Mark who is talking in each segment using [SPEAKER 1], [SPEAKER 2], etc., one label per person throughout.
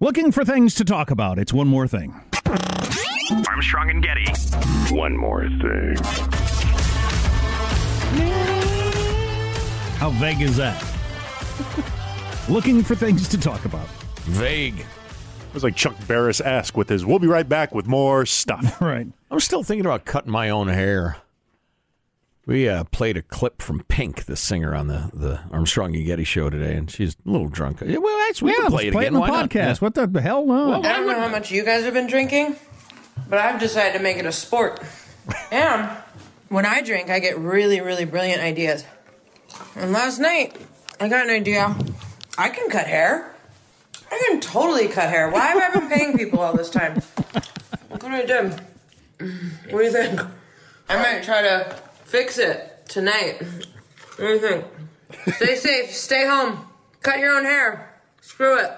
[SPEAKER 1] Looking for things to talk about. It's one more thing.
[SPEAKER 2] Armstrong and Getty. One more thing.
[SPEAKER 1] How vague is that? Looking for things to talk about.
[SPEAKER 3] Vague.
[SPEAKER 4] It was like Chuck Barris esque with his, we'll be right back with more stuff.
[SPEAKER 1] Right.
[SPEAKER 3] I'm still thinking about cutting my own hair. We uh, played a clip from Pink, the singer on the, the Armstrong and Getty show today, and she's a little drunk. Yeah, well, that's, we
[SPEAKER 1] yeah,
[SPEAKER 3] can play
[SPEAKER 1] let's
[SPEAKER 3] it
[SPEAKER 1] play
[SPEAKER 3] again.
[SPEAKER 1] it in the
[SPEAKER 3] Why not? Yeah.
[SPEAKER 1] podcast. What the hell? No.
[SPEAKER 5] I don't know how much you guys have been drinking, but I've decided to make it a sport. And when I drink, I get really, really brilliant ideas. And last night, I got an idea. I can cut hair. I can totally cut hair. Why have I been paying people all this time? Look what I did. What do you think? I might try to fix it tonight. What do you think? Stay safe. Stay home. Cut your own hair. Screw it.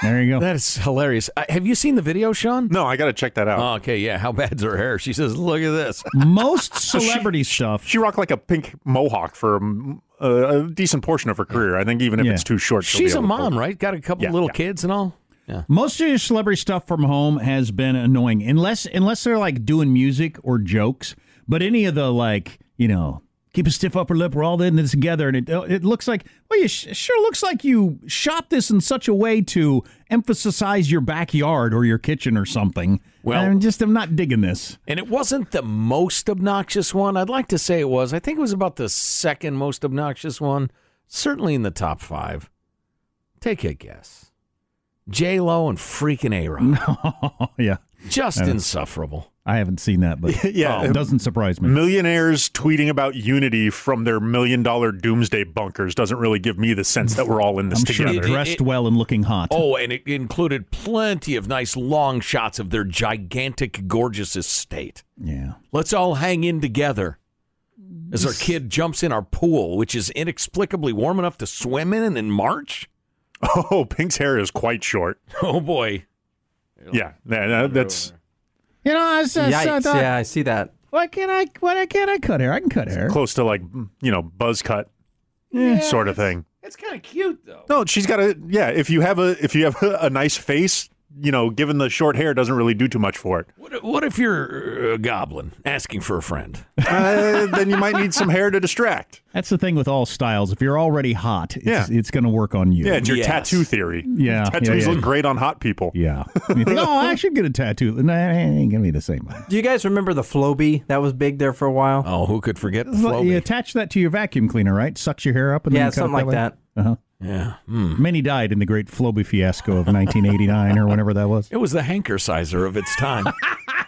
[SPEAKER 1] There you go.
[SPEAKER 3] That is hilarious. Uh, have you seen the video, Sean?
[SPEAKER 4] No, I got to check that out.
[SPEAKER 3] Oh, okay, yeah. How bad's her hair? She says, "Look at this." Oh,
[SPEAKER 1] Most celebrity stuff.
[SPEAKER 4] she rocked like a pink mohawk for um, a, a decent portion of her career. I think even if
[SPEAKER 1] Yeah.
[SPEAKER 4] it's too short, she'll be
[SPEAKER 3] She's a
[SPEAKER 4] able to
[SPEAKER 3] mom,
[SPEAKER 4] pull-
[SPEAKER 3] right? Got a couple
[SPEAKER 4] Yeah,
[SPEAKER 3] little
[SPEAKER 4] yeah.
[SPEAKER 3] kids and all. Yeah.
[SPEAKER 1] Most of your celebrity stuff from home has been annoying, unless unless they're like doing music or jokes. But any of the like, you know, keep a stiff upper lip. We're all in this together, and it uh, it looks like well, you sh- sure looks like you shot this in such a way to emphasize your backyard or your kitchen or something.
[SPEAKER 3] Well-
[SPEAKER 1] I'm just I'm not digging this.
[SPEAKER 3] And it wasn't the most obnoxious one. I'd like to say it was. I think it was about the second most obnoxious one. Certainly in the top five. Take a guess. J Lo and freaking A Rod.
[SPEAKER 1] yeah,
[SPEAKER 3] Just insufferable.
[SPEAKER 1] I haven't seen that, but oh,
[SPEAKER 4] Yeah.
[SPEAKER 1] it doesn't surprise me.
[SPEAKER 4] Millionaires tweeting about unity from their million dollar doomsday bunkers doesn't really give me the sense that we're all in this
[SPEAKER 1] I'm sure
[SPEAKER 4] together.
[SPEAKER 3] it-
[SPEAKER 1] dressed well and looking hot.
[SPEAKER 3] Oh, and it included plenty of nice long shots of their gigantic, gorgeous estate.
[SPEAKER 1] Yeah.
[SPEAKER 3] Let's all hang in together. As our kid jumps in our pool, which is inexplicably warm enough to swim in in March.
[SPEAKER 4] oh, Pink's hair is quite short.
[SPEAKER 3] Oh boy.
[SPEAKER 4] Yeah, that- that- that's
[SPEAKER 1] You know, I was just I
[SPEAKER 6] Yikes,
[SPEAKER 1] thought,
[SPEAKER 6] yeah, I see that.
[SPEAKER 1] why can't I? Why can't I cut hair? I can cut hair.
[SPEAKER 4] close to like you know buzz cut sort of thing.
[SPEAKER 3] That's kind of cute though.
[SPEAKER 4] No, she's got a yeah. If you have a if you have a, a nice face, you know, given the short hair, doesn't really do too much for it.
[SPEAKER 3] What, what if you're uh, a goblin asking for a friend?
[SPEAKER 4] Uh, then you might need some hair to distract.
[SPEAKER 1] That's the thing with all styles. If you're already hot, it's,
[SPEAKER 4] Yeah.
[SPEAKER 1] it's going to work on you.
[SPEAKER 4] Yeah, it's your
[SPEAKER 3] Yes.
[SPEAKER 4] tattoo theory.
[SPEAKER 1] Yeah,
[SPEAKER 4] tattoos
[SPEAKER 1] yeah, yeah.
[SPEAKER 4] look great on hot people.
[SPEAKER 1] Yeah. You think, oh, I should get a tattoo. Nah, it ain't going to be the same.
[SPEAKER 6] Do you guys remember the Floby that was big there for a while?
[SPEAKER 3] Oh, who could forget the
[SPEAKER 1] You
[SPEAKER 3] Floby?
[SPEAKER 1] attach that to your vacuum cleaner, right? Sucks your hair up and then
[SPEAKER 6] yeah,
[SPEAKER 1] you cut it
[SPEAKER 6] something like
[SPEAKER 1] way. Mm-hmm.
[SPEAKER 6] that.
[SPEAKER 3] Yeah.
[SPEAKER 1] Many died in the great Floby fiasco of 1989 or whenever that was.
[SPEAKER 3] It was the hanker sizer of its time.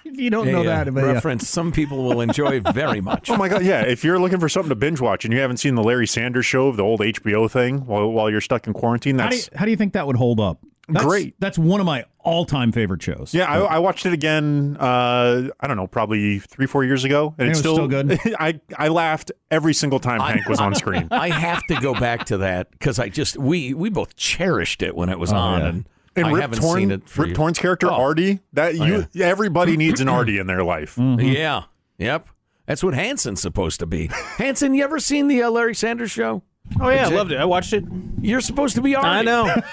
[SPEAKER 1] If you don't know
[SPEAKER 3] Yeah,
[SPEAKER 1] that, but yeah.
[SPEAKER 3] reference some people will enjoy very much.
[SPEAKER 4] Oh my god, yeah. If you're looking for something to binge watch and you haven't seen the Larry Sanders show of the old HBO thing while, while you're stuck in quarantine,
[SPEAKER 1] How do, you,
[SPEAKER 4] that's
[SPEAKER 1] how do you think that would hold up? That's,
[SPEAKER 4] Great.
[SPEAKER 1] That's one of my all-time favorite shows.
[SPEAKER 4] yeah. I, I watched it again. Uh, I don't know, probably three, four years ago, and
[SPEAKER 1] it
[SPEAKER 4] it's
[SPEAKER 1] was still good?
[SPEAKER 4] I I laughed every single time
[SPEAKER 3] I-
[SPEAKER 4] Hank was on screen.
[SPEAKER 3] I have to go back to that because I just we we both cherished it when it was on,
[SPEAKER 1] yeah.
[SPEAKER 3] and,
[SPEAKER 4] And
[SPEAKER 3] I
[SPEAKER 4] Rip
[SPEAKER 3] haven't
[SPEAKER 4] Torn,
[SPEAKER 3] seen it. For
[SPEAKER 4] Rip Torn's character
[SPEAKER 3] Oh.
[SPEAKER 4] Artie. That you, everybody needs an Artie in their life.
[SPEAKER 3] Yeah. Yep. That's what Hanson's supposed to be. Hanson, you ever seen the uh, Larry Sanders show?
[SPEAKER 7] Oh yeah, I loved it. I watched it.
[SPEAKER 3] You're supposed to be Artie.
[SPEAKER 7] I know.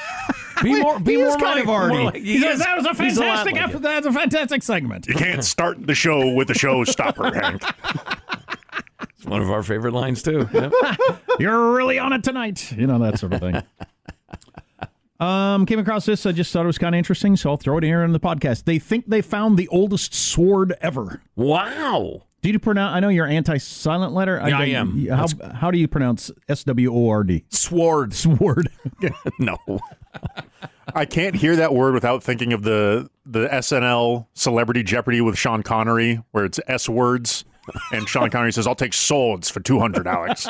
[SPEAKER 3] Be more. Be
[SPEAKER 1] He
[SPEAKER 3] more
[SPEAKER 1] is kind
[SPEAKER 3] like-
[SPEAKER 1] of already.
[SPEAKER 3] more like- he
[SPEAKER 1] He's like,
[SPEAKER 3] is-
[SPEAKER 1] that was a
[SPEAKER 3] he's lot
[SPEAKER 1] fantastic.
[SPEAKER 3] like
[SPEAKER 1] ep-
[SPEAKER 3] it.
[SPEAKER 1] that's a fantastic segment.
[SPEAKER 3] Mm-hmm.
[SPEAKER 4] You can't start the show with a showstopper, Hank.
[SPEAKER 3] It's one of our favorite lines too. Yep.
[SPEAKER 1] You're really on it tonight. You know, that sort of thing. um, came across this. I just thought it was kind of interesting, so I'll throw it here in the podcast. They think they found the oldest sword ever.
[SPEAKER 3] wow.
[SPEAKER 1] Do you pronounce? I know you're anti-silent letter.
[SPEAKER 3] Yeah, I
[SPEAKER 1] don't-
[SPEAKER 3] am.
[SPEAKER 1] How, how do you pronounce S W O R D?
[SPEAKER 3] Sword.
[SPEAKER 1] Sword.
[SPEAKER 3] No.
[SPEAKER 4] I can't hear that word without thinking of the the SNL Celebrity Jeopardy with Sean Connery, where it's S words, and Sean Connery says, "I'll take swords for two hundred, Alex.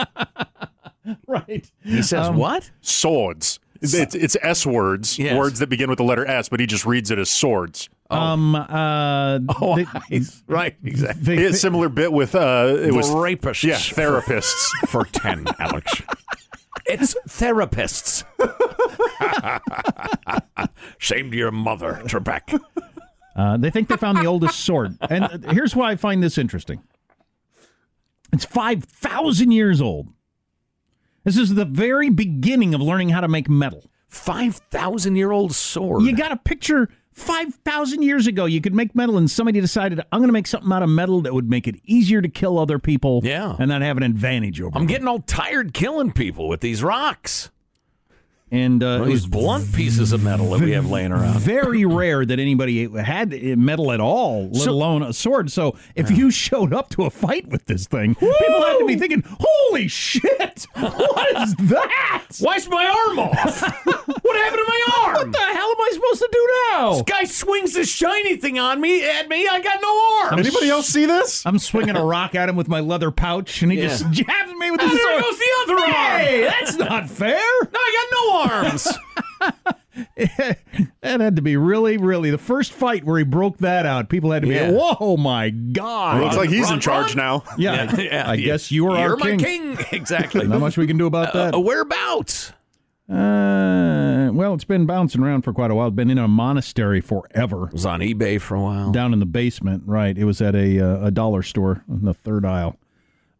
[SPEAKER 1] right.
[SPEAKER 3] He says what?
[SPEAKER 4] Swords. It's, it's S words,
[SPEAKER 3] Yes.
[SPEAKER 4] words that begin with the letter S, but he just reads it as swords.
[SPEAKER 1] Um. Uh.
[SPEAKER 3] Oh,
[SPEAKER 1] they-
[SPEAKER 3] nice. right. Exactly.
[SPEAKER 1] they-
[SPEAKER 4] He had a similar bit with uh, it was
[SPEAKER 3] rapists.
[SPEAKER 4] yeah, therapists.
[SPEAKER 3] for ten, Alex. It's therapists. Shame to your mother, Trebek.
[SPEAKER 1] Uh, they think they found the oldest sword. And uh, here's why I find this interesting it's 5,000 years old. This is the very beginning of learning how to make metal.
[SPEAKER 3] 5,000 year old sword.
[SPEAKER 1] You got a picture 5,000 years ago. You could make metal, and somebody decided, I'm going to make something out of metal that would make it easier to kill other people
[SPEAKER 3] Yeah.
[SPEAKER 1] and not have an advantage over
[SPEAKER 3] I'm
[SPEAKER 1] them.
[SPEAKER 3] getting all tired killing people with these rocks.
[SPEAKER 1] And uh, it was
[SPEAKER 3] These blunt pieces of metal that we have laying around.
[SPEAKER 1] very rare that anybody had metal at all, let
[SPEAKER 3] So-
[SPEAKER 1] alone a sword. So if you showed up to a fight with this thing, people had to be thinking, holy shit, what is that?
[SPEAKER 3] Why's my arm off? what happened to my
[SPEAKER 1] What
[SPEAKER 3] arm?
[SPEAKER 1] the hell am I supposed to do now?
[SPEAKER 3] This guy swings this shiny thing on me at me. I got no arm.
[SPEAKER 4] Anybody else see this?
[SPEAKER 1] I'm swinging a rock at him with my leather pouch, and he
[SPEAKER 3] Yeah.
[SPEAKER 1] just jabs me with his
[SPEAKER 3] there
[SPEAKER 1] sword.
[SPEAKER 3] goes the other arm.
[SPEAKER 1] Hey, that's not fair.
[SPEAKER 3] No, I got no arms.
[SPEAKER 1] That had to be really, really the first fight where he broke that out. People had to be,
[SPEAKER 3] Yeah.
[SPEAKER 1] whoa, my god!
[SPEAKER 4] Looks like he's
[SPEAKER 3] Run,
[SPEAKER 4] in charge
[SPEAKER 3] run.
[SPEAKER 4] now.
[SPEAKER 1] yeah, I- I guess you are
[SPEAKER 3] You're
[SPEAKER 1] our
[SPEAKER 3] my
[SPEAKER 1] king.
[SPEAKER 3] king. Exactly.
[SPEAKER 1] Not much we can do about that.
[SPEAKER 3] Uh, whereabouts?
[SPEAKER 1] Uh, well, it's been bouncing around for quite a while. It's been in a monastery forever.
[SPEAKER 3] It was on eBay for a while.
[SPEAKER 1] Down in the basement, right? It was at a uh, a dollar store in the third aisle.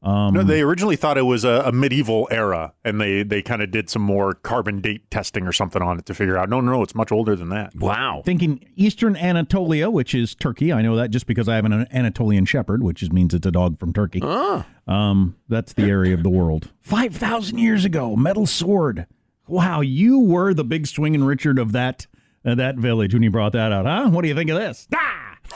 [SPEAKER 4] No, they originally thought it was a, a medieval era, and they they kind of did some more carbon date testing or something on it to figure out. No, no, it's much older than that.
[SPEAKER 3] Wow.
[SPEAKER 1] Thinking Eastern Anatolia, which is Turkey. I know that just because I have an Anatolian Shepherd, which is, means it's a dog from Turkey.
[SPEAKER 3] Ah.
[SPEAKER 1] Um, that's the area of the world. Five thousand years ago, metal sword. Wow, you were the big swinging Richard of that uh, that village when you brought that out, huh? What do you think of this?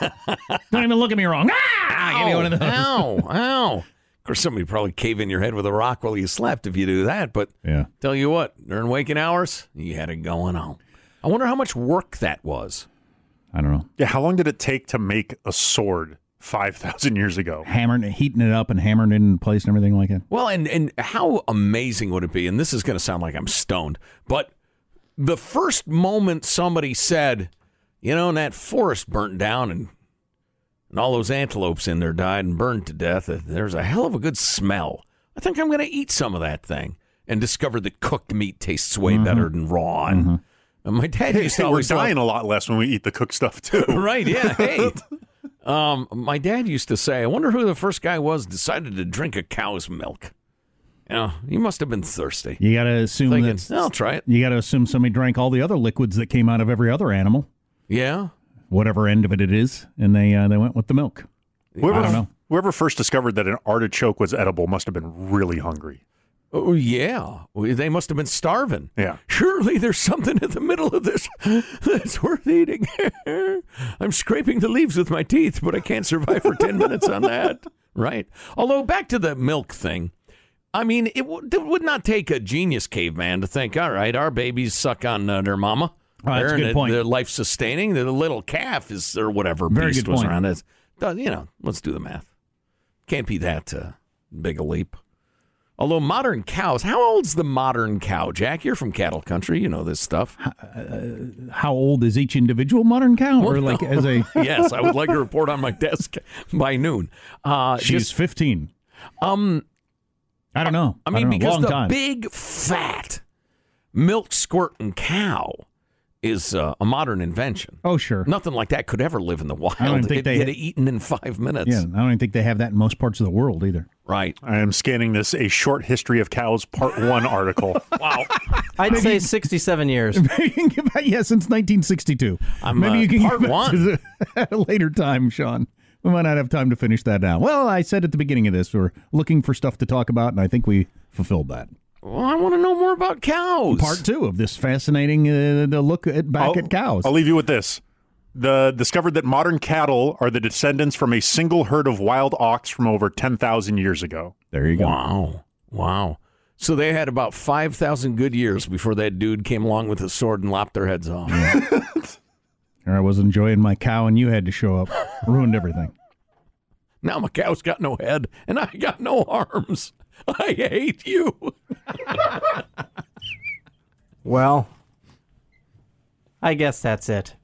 [SPEAKER 1] Ah! Don't even look at me wrong. Ah! Give me one of those.
[SPEAKER 3] Ow, ow. Of course, somebody probably cave in your head with a rock while you slept if you do that. But
[SPEAKER 1] Yeah.
[SPEAKER 3] tell you what, during waking hours, you had it going on. I wonder how much work that was.
[SPEAKER 1] I don't know.
[SPEAKER 4] Yeah, how long did it take to make a sword five thousand years ago?
[SPEAKER 1] hammering, heating it up, and hammering it in place and everything like that.
[SPEAKER 3] Well, and and how amazing would it be? And this is going to sound like I'm stoned, but the first moment somebody said, you know, and that forest burnt down and and all those antelopes in there died and burned to death, uh, there's a hell of a good smell. I think I'm going to eat some of that thing and discovered that cooked meat tastes way better than raw. And, and my dad used to
[SPEAKER 4] Mm-hmm. Hey, we're
[SPEAKER 3] always tell-
[SPEAKER 4] dying a lot less when we eat the cooked stuff too.
[SPEAKER 3] right. Yeah. Hey. Um, my dad used to say, I wonder who the first guy was decided to drink a cow's milk. You know, he must have been thirsty.
[SPEAKER 1] You got to assume
[SPEAKER 3] Thinking,
[SPEAKER 1] that
[SPEAKER 3] I'll try it.
[SPEAKER 1] you got to assume somebody drank all the other liquids that came out of every other animal,
[SPEAKER 3] Yeah.
[SPEAKER 1] whatever end of it it is, and they uh, they went with the milk.
[SPEAKER 4] Whoever,
[SPEAKER 1] I don't know.
[SPEAKER 4] whoever first discovered that an artichoke was edible must have been really hungry.
[SPEAKER 3] Oh, yeah. Well, They must have been starving.
[SPEAKER 4] Yeah.
[SPEAKER 3] Surely there's something in the middle of this that's worth eating. I'm scraping the leaves with my teeth, but I can't survive for 10 minutes on that. Right. Although, back to the milk thing. I mean, it, w- it would not take a genius caveman to think, all right, our babies suck on uh, their mama.
[SPEAKER 1] Oh, that's a
[SPEAKER 3] They're-
[SPEAKER 1] good point.
[SPEAKER 3] They're life sustaining. The little calf is, or whatever
[SPEAKER 1] Very
[SPEAKER 3] beast
[SPEAKER 1] good
[SPEAKER 3] was
[SPEAKER 1] point.
[SPEAKER 3] around. It's, you know, let's do the math. Can't be that uh, big a leap. Although modern cows, how old's the modern cow, Jack? You're from cattle country, you know this stuff.
[SPEAKER 1] How old is each individual modern cow, or like as a
[SPEAKER 3] yes, I would like a report on my desk by noon. Uh,
[SPEAKER 1] she's
[SPEAKER 3] just-
[SPEAKER 1] fifteen?
[SPEAKER 3] um,
[SPEAKER 1] I don't know.
[SPEAKER 3] I mean,
[SPEAKER 1] don't know.
[SPEAKER 3] because
[SPEAKER 1] long
[SPEAKER 3] the
[SPEAKER 1] time.
[SPEAKER 3] big fat milk squirting cow is uh, a modern invention.
[SPEAKER 1] oh sure,
[SPEAKER 3] Nothing like that could ever live in the wild.
[SPEAKER 1] don't think
[SPEAKER 3] It'd
[SPEAKER 1] they-
[SPEAKER 3] get eaten in five minutes.
[SPEAKER 1] yeah. I don't even think they have that in most parts of the world either.
[SPEAKER 3] Right.
[SPEAKER 4] I am scanning this a short history of cows part one article.
[SPEAKER 3] Wow.
[SPEAKER 6] I'd say 67 years.
[SPEAKER 1] Maybe you can give back, yeah, since 1962.
[SPEAKER 3] I'm,
[SPEAKER 1] Maybe
[SPEAKER 3] uh,
[SPEAKER 1] you can
[SPEAKER 3] part
[SPEAKER 1] give back
[SPEAKER 3] one.
[SPEAKER 1] to the- at a later time, Sean. We might not have time to finish that now. Well, I said at the beginning of this, we're looking for stuff to talk about, and I think we fulfilled that.
[SPEAKER 3] well, I want to know more about cows.
[SPEAKER 1] Part two of this fascinating uh, the look at back
[SPEAKER 3] Oh,
[SPEAKER 4] I'll-
[SPEAKER 1] at cows.
[SPEAKER 4] I'll leave you with this. The discovered that modern cattle are the descendants from a single herd of wild ox from over 10,000 years ago.
[SPEAKER 1] there you go.
[SPEAKER 3] Wow. Wow. So they had about 5,000 good years before that dude came along with a sword and lopped their heads off.
[SPEAKER 1] Or I was enjoying my cow, and you had to show up. Ruined everything.
[SPEAKER 3] now my cow's got no head and I got no arms. I hate you.
[SPEAKER 6] Well, I guess that's it.